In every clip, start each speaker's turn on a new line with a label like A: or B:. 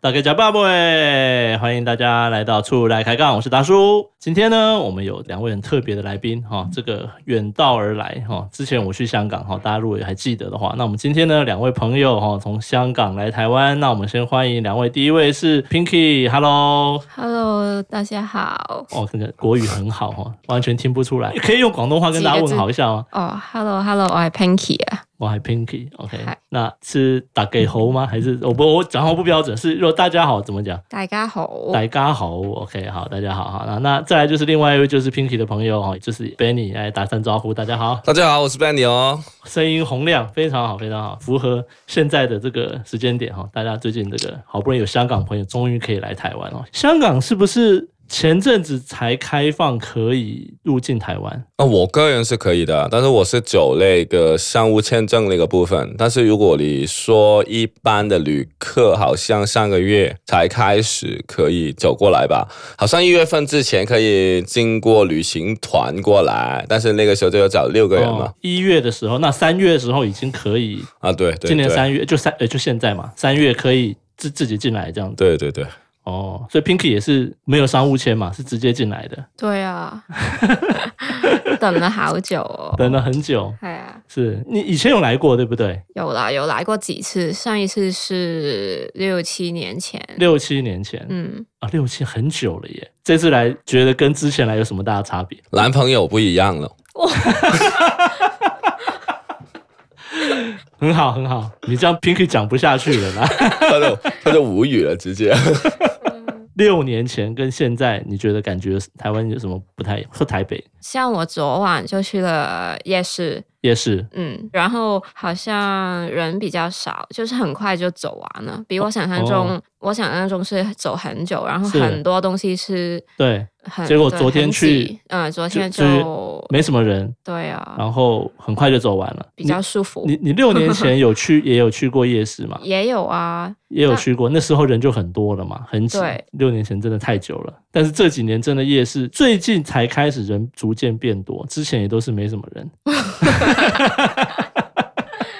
A: 大家加爸爸，欢迎大家来到处来开杠，我是达叔。今天呢，我们有两位很特别的来宾哈、这个远道而来哈、之前我去香港哈、大家如果还记得的话，那我们今天呢，两位朋友哈、从香港来台湾，那我们先欢迎两位，第一位是 Pinky，Hello。
B: Hello，大家好。
A: 哦，这个国语很好哈、完全听不出来。可以用广东话跟大家问好一下吗？
B: 哦、h e l l o h e l l o 我系 Pinky 啊。
A: 我系 Pinky，OK，、
B: 嗨
A: 那是打给猴吗？还是我不我讲话不标准？是如果大家好怎么讲？
B: 大家好。
A: 大家好，OK，好，大家好哈。那那再来就是另外一位就是 Pinky 的朋友哈，哦就是 Benny 来打声招呼，大家好，
C: 大家好，我是 Benny 哦。
A: 声音洪亮，非常好，非常好，符合现在的这个时间点哈。哦大家最近这个好不容易有香港朋友终于可以来台湾哦，香港是不是前阵子才开放可以入境台湾？
C: 那我个人是可以的，但是我是走那个商务签证那个部分。但是如果你说一般的旅客，好像上个月才开始可以走过来吧？好像一月份之前可以经过旅行团过来，但是那个时候就有找六个人嘛
A: 哦。一、月的时候，那三月的时候已经可以
C: 啊，对对，
A: 今年
C: 对，
A: 三月就三呃就现在嘛，三月可以自自己进来这样子
C: 对对对，
A: 哦，所以 Pinky 也是没有商务签嘛，是直接进来的，
B: 对啊，等了好久哦。
A: 等了很久。
B: 系啊，
A: 是你以前有来过对不对？
B: 有啦，有来过几次，上一次是六七年前。
A: 六七年前、
B: 嗯，
A: 啊，六七很久了耶。这次来觉得跟之前来有什么大的差别？
C: 男朋友不一样了。
A: 很好，很好，你这样 Pinky 讲不下去了 啦。
C: 他就他就无语了，直接。
A: 六年前跟现在，你觉得感觉台湾有什么不太和台北
B: 像我昨晚就去了夜市，
A: 夜市？
B: 嗯，然后好像人比较少，就是很快就走完了，比我想象中，
A: 哦
B: 我想象中是走很久，然后
A: 是
B: 很多东西是
A: 对，
B: 很
A: 结果
B: 对
A: 昨天
B: 很
A: 去
B: 挤嗯，昨天
A: 就
B: 就
A: 就是没什么人，
B: 对啊，
A: 然后很快就走完了。
B: 比较舒服
A: 你。你六年前有 去也有去过夜市吗？
B: 也有啊，
A: 也有去过，那时候人就很多了嘛，很挤
B: 对。
A: 六年前真的太久了，但是这几年真的夜市最近才开始人逐渐变多，之前也都是没什么 人。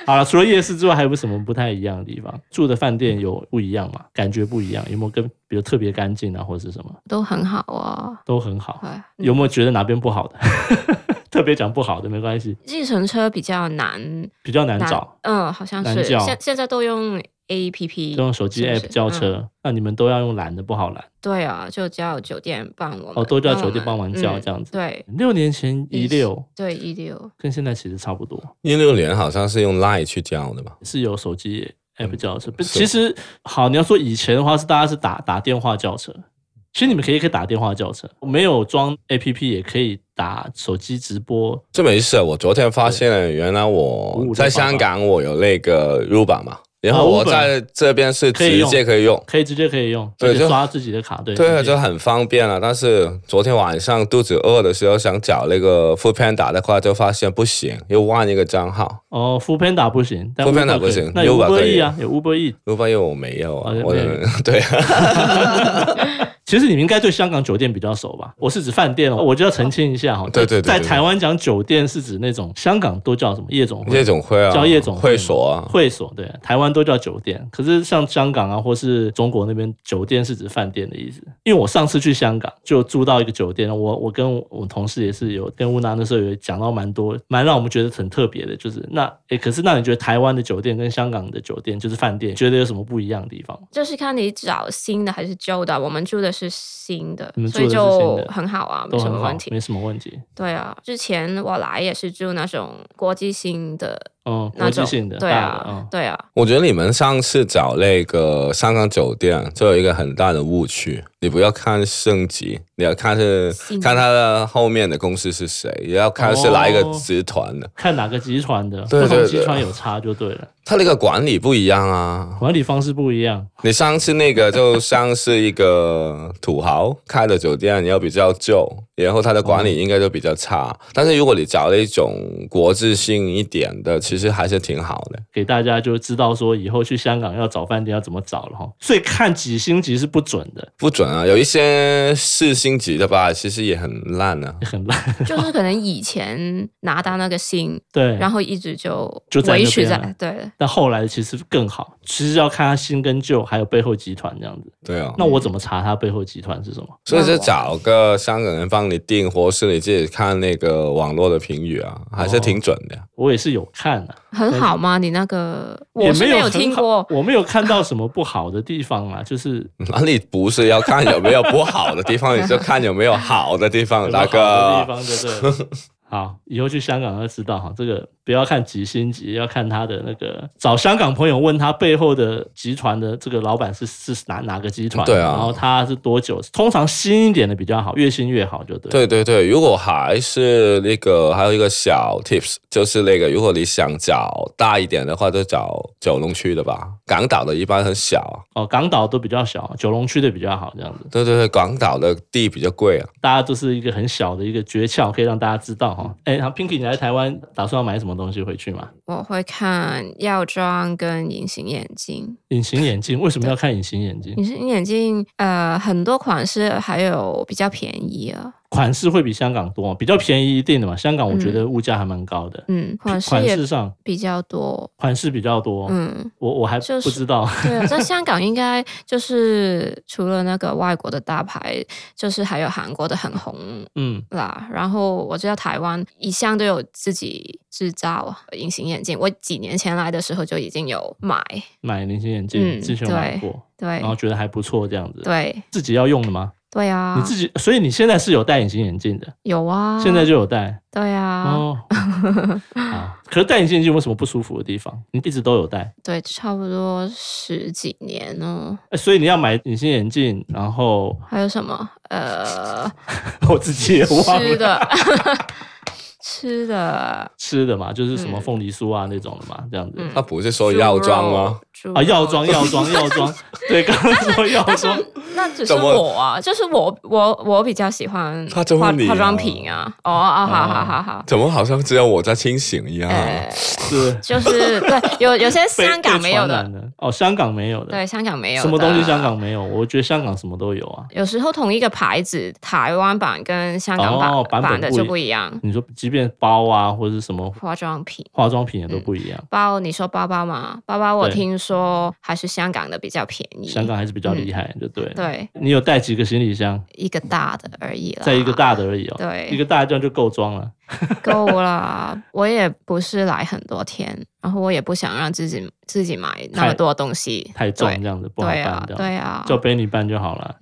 A: 好了，除了夜市之外，还有什么不太一样的地方？住的饭店有不一样吗？感觉不一样，有没有跟比如特别干净啊，或者是什么
B: 都很好啊。
A: 都很好？
B: 对，
A: 有没有觉得哪边不好的？ 特别讲不好的没关系，
B: 计程车比较难
A: 比较难找。
B: 嗯，好像
A: 难
B: 是
A: 叫
B: 现现在都用 A P P，
A: 都用手机
B: 是不
A: app
B: 是
A: 叫车，
B: 嗯
A: 那你们都要用蓝的，不好蓝
B: 对啊，就叫酒店帮我们
A: 哦，都叫
B: 我
A: 酒店
B: 们
A: 帮忙叫
B: 嗯
A: 这样子。
B: 对
A: 六年前一
B: 一
A: 六
B: 对，一六
A: 跟现在其实差不多，
C: 一六年好像是用 Line 去交的吧？
A: 是有手机 app 叫车。不
C: 嗯是
A: 其实好，你要说以前的话是大家是打打电话叫车，其实你们可以可以打电话叫车，没有装 app 也可以打手机直播。
C: 这没事，啊我昨天发现了，原来我
A: 55
C: 在香港我有那个 Uber 嘛，然后我
A: 哦 Uber
C: 在这边是
A: 可以
C: 直
A: 用
C: 接可以用，
A: 可以直接可以用，
C: 对
A: 直接
C: 就
A: 刷自己的卡，对
C: 对，啊
A: 直接
C: 就很方便了。但是昨天晚上肚子饿的时候想找那个 Food Panda 的话，就发现不行，又换一个账号
A: 哦，Full Panda 不行但
C: Foodpanda
A: Uber 可以
C: 不行
A: 那有
C: Uber
A: Uber
C: 可以
A: E 啊，有 Uber E。
C: ，Uber 又我没有啊
A: 哦，
C: 我的
A: 没
C: 对啊，
A: 其实你们应该对香港酒店比较熟吧？我是指饭店哦，我就要澄清一下哈。
C: 对对对对
A: 在台湾讲酒店是指那种香港都叫什么夜总会、
C: 夜总会啊，
A: 叫夜总会
C: 会所啊，
A: 会所，对，台湾都叫酒店。可是像香港啊，或是中国那边，酒店是指饭店的意思。因为我上次去香港就住到一个酒店，我我跟我同事也是有跟乌娜那时候有讲到蛮多，蛮让我们觉得很特别的，就是那诶，可是那你觉得台湾的酒店跟香港的酒店就是饭店，觉得有什么不一样的地方吗？
B: 就是看你找新的还是旧的，我们住的是新的
A: 你们，
B: 所以
A: 住的是新
B: 就
A: 的
B: 很好啊，没
A: 都
B: 什
A: 很
B: 么
A: 好
B: 问，题。
A: 没什么问题。
B: 对啊，之前我来也是住那种国际性的
A: 嗯，国
B: 那
A: 际
B: 种，
A: 性的，
B: 对
A: 大的嗯
B: 啊，对啊，
C: 我觉得你们上次找那个香港酒店，就有一个很大的误区。你不要看升级，你要看是
B: 性
C: 看他的后面的公司是谁，也要看是哪一个
A: 哦
C: 集团的。
A: 看哪个集团的，
C: 对
A: 不同
C: 对
A: 集
C: 对
A: 团有差就对了，
C: 他那个管理不一样啊。
A: 管理方式不一样。
C: 你上次那个就像是一个土豪开的酒店，你要比较旧，然后他的管理应该就比较差。但是如果你找那种国际性一点的，其实还是挺好的。
A: 给大家就知道说以后去香港要找饭店要怎么找了哈。所以看几星级是不准的，
C: 不准啊，有一些四星级的吧，其实也很烂啊。
A: 很烂。
B: 就是可能以前拿到那个星，
A: 对，
B: 然后一直就
A: 就在那
B: 维持
A: 边
B: 在
A: 了
B: 对，
A: 但后来其实更好，其实要看他新跟旧，还有背后集团这样子。
C: 对啊，
A: 那我怎么查他背后集团是什么？
C: 所以就找个香港人帮你订，或是你自己看那个网络的评语
A: 哦
C: 啊，还是挺准的。
A: 我也是有看的、
B: 很好吗？你那个
A: 也
B: 我是
A: 有
B: 有
A: 很
B: 听
A: 好
B: 过，
A: 我没有看到什么不好的地方啊，就是
C: 那你不是要看有没有不好的地方，你就看有没有好的地
A: 有
C: 方，
A: 没有
C: 大
A: 好的地
C: 哥。
A: 方就 对了。好，以后去香港要知道哈，这个不要看几星级，要看他的那个找香港朋友问他背后的集团的这个老板是是哪哪个集团，
C: 对啊
A: 然后他是多久，通常新一点的比较好，越新越好就对。，
C: 对对对，如果还是那个，还有一个小 tips，就是那个，如果你想找大一点的话，就找九龙区的吧。港岛的一般很小，啊
A: 哦，港岛都比较小，九龙区的比较好这样子。
C: 对对对，港岛的地比较贵啊。
A: 大家都是一个很小的一个诀窍，可以让大家知道哈。哎，然后 Pinky，你来台湾打算要买什么东西回去吗？
B: 我会看药妆跟隐形眼镜。
A: 隐形眼镜为什么要看隐形眼 镜？
B: 隐形眼镜呃很多款式，还有比较便宜啊，
A: 款式会比香港多，比较便宜一定的嘛。香港我觉得物价还蛮高的，
B: 嗯，款式
A: 款
B: 也
A: 式上哦
B: 比较多，
A: 款式比较多。
B: 嗯，
A: 我我还
B: 就是
A: 不知道，
B: 对啊，在香港应该就是除了那个外国的大牌，就是还有韩国的很红
A: 嗯，
B: 啦。然后我知道台湾一向都有自己制造隐形眼镜，我几年前来的时候就已经有买，
A: 买隐形眼镜
B: 嗯
A: 之前有买过，
B: 对
A: 然后觉得还不错这样子。
B: 对
A: 自己要用的吗？
B: 对啊，
A: 你自己，所以你现在是有戴隐形眼镜的，
B: 有啊，
A: 现在就有戴
B: 对啊，
A: 哦。好，可是戴隐形眼镜有没有什么不舒服的地方？你一直都有戴。
B: 对，差不多十几年哦。
A: 欸所以你要买隐形眼镜，然后
B: 还有什么？呃，
A: 我自己也忘了
B: 吃的， 吃的，
A: 吃的嘛，就是什么
B: 嗯
A: 凤梨酥啊那种的嘛，这样子、
B: 嗯
C: 他不是 说药妆吗？
B: 猪肉？
A: 啊，药妆药妆药 妆，对，刚刚说药
B: 但是
A: 妆，
B: 那只是
C: 怎么
B: 我啊，就是我我我比较喜欢
C: 他
B: 化
C: 怎么
B: 化
C: 你啊
B: 妆品啊，哦啊，好
A: 哦
B: 好好好，
C: 怎么好像只有我在清醒一样？啊
B: 呃，
A: 是
B: 就是对，有有些
A: 被
B: 香港没有
A: 被传
B: 的，
A: 染哦，香港没有的，
B: 对，香港没有
A: 什么东西
B: 的
A: 香。港没有？我觉得香港什么都有啊。
B: 有时候同一个牌子，台湾版跟香港版、
A: 哦版本
B: 的
A: 不
B: 就
A: 一
B: 不一样。
A: 你说，即便包啊，或者是什么
B: 化妆品
A: 化妆品也
B: 嗯
A: 都不一样，
B: 包，你说包包嘛？包包我
A: 对
B: 听说还是香港的比较便宜。
A: 香港还是比较厉害，就对。，
B: 嗯对，
A: 你有带几个行李箱？
B: 一个大的而已啦，
A: 在一个大的而已哦，
B: 对
A: 一个大这样就够装了。
B: 够啦。我也不是来很多天，然后我也不想让自己自己买那
A: 太
B: 么多东西，
A: 太重
B: 对
A: 这样子不好
B: 对
A: 搬
B: 啊，
A: 掉。
B: 对啊，
A: 叫 b e n 办就好 了。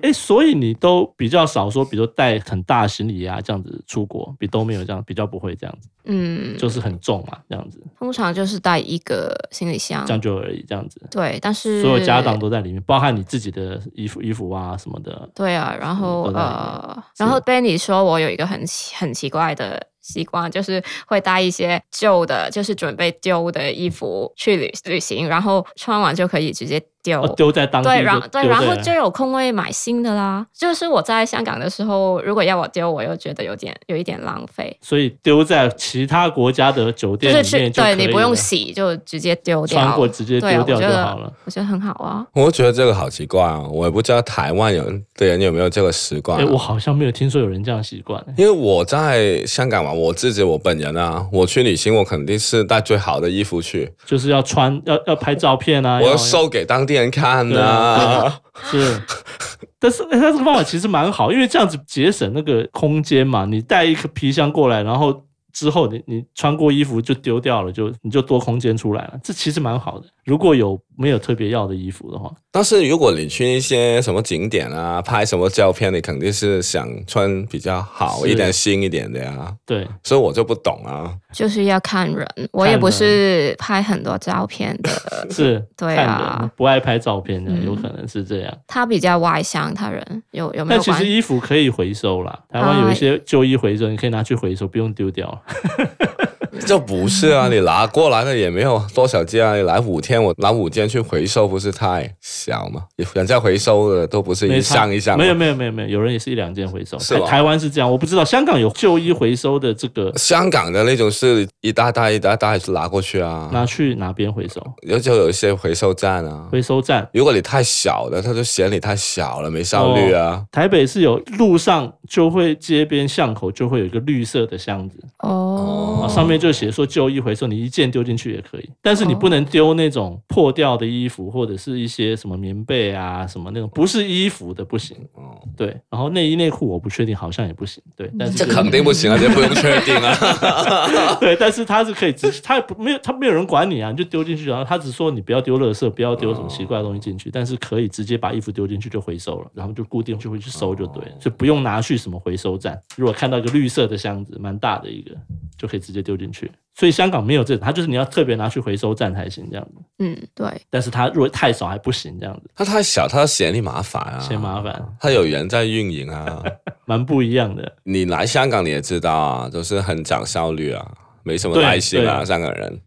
A: 哎、所以你都比较少说，比如带很大行李啊，这样子出国，比都没有这样，比较不会这样子，
B: 嗯，
A: 就是很重嘛，这样子，
B: 通常就是带一个行李箱
A: 这，样就而已，这样子，
B: 对，但是
A: 所有家当都在里面，包含你自己的衣服、衣服啊什么的。
B: 对啊，然后
A: 都在里面
B: 呃，然后 Benny 说我有一个很奇很奇怪的习惯，就是会带一些旧的，就是准备丢的衣服去旅旅行，然后穿完就可以直接丢。
A: 哦，丢在当地
B: 对，
A: 就
B: 然
A: 丢
B: 对，然
A: 在
B: 后就有空位买新的啦。就是我在香港的时候，如果要我丢，我又觉得有点有一点浪费，
A: 所以丢在其他国家的酒
B: 就
A: 店
B: 是
A: 里
B: 去
A: 面就
B: 对你
A: 可以
B: 不用
A: 了
B: 洗就直接丢掉，
A: 穿过直接
B: 对啊
A: 丢掉
B: 我觉
A: 就
B: 得
A: 好了。
B: 我觉得很好啊。
C: 我觉得这个好奇怪啊，我也不知道台湾有的人有没有这个习惯、
A: 哎、
C: 啊。
A: 我好像没有听说有人这样习惯、欸。
C: 因为我在香港嘛，我自己我本人啊，我去旅行我肯定是带最好的衣服去，
A: 就是要穿，要要拍照片啊，
C: 我要
A: 要
C: 秀给当地人看
A: 对啊
C: 啊。
A: 是，但是、欸、他这个方法其实蛮好，因为这样子节省那个空间嘛。你带一个皮箱过来，然后之后你你穿过衣服就丢掉了，就你就多空间出来了。这其实蛮好的。如果有没有特别要的衣服的话，
C: 但是如果你去一些什么景点啊，拍什么照片，你肯定是想穿比较好
A: 是
C: 一点、新一点的呀。
A: 对，
B: 嗯
C: 所以我就不懂啊，
B: 就是要看人，我也
A: 看
B: 不
A: 人，
B: 是拍很多照片的
A: 是
B: 对
A: 看
B: 啊
A: 人不爱拍照片的，
B: 嗯
A: 有可能是这样。
B: 他比较外向，他人有有没
A: 但
B: 有
A: 其
B: 关啊
A: 实衣服可以回收啦，台湾有一些旧衣回收，你可以拿去回收，不用丢掉。
C: 就不是啊，你拿过来的也没有多少件啊，你来五天，我拿五件去回收，不是太小吗？人家回收的都不是一
A: 没差
C: 箱一箱，
A: 没有。没有没有没有，有人也是一两件回收。
C: 是
A: 台
C: 吧
A: 台湾是这样，我不知道香港有旧衣回收的这
B: 嗯
A: 个
C: 香港的那种是一大袋一大袋拿过去啊，
A: 拿去哪边回收？
C: 有就有一些回收站啊。
A: 回收站。
C: 如果你太小了，他就嫌你太小了，没效率啊。
A: 台北是有路上就会街边巷口就会有一个绿色的箱子，啊，
B: 哦，
A: 上面就写说旧衣回收，你一件丢进去也可以，但是你不能丢那种破掉的衣服或者是一些什么棉被啊什么那种不是衣服的不行。
C: 哦
A: 对，然后内衣内裤我不确定，好像也不行。对，但是
C: 这
A: 就
C: 肯定不行啊，这不用确定 啊。
A: 对，但是他是可以直，他不没有他没有人管你啊，你就丢进去，然后他只说你不要丢垃圾，不要丢什么奇怪的东西进去，但是可以直接把衣服丢进去就回收了，然后就固定就会去收就对了，就不用拿去什么回收站。如果看到一个绿色的箱子，蛮大的一个，就可以直接丢进去。所以香港没有这种，它就是你要特别拿去回收站才行这样子，
B: 嗯，对，
A: 但是它如果太少还不行这样子，
C: 他太小，他嫌你麻烦啊，
A: 嫌麻烦，
C: 他有人在运营啊。
A: 蛮不一样的。
C: 你来香港你也知道啊，都是很讲效率啊，没什么
A: 对
C: 耐心啊，
A: 对
C: 香港人。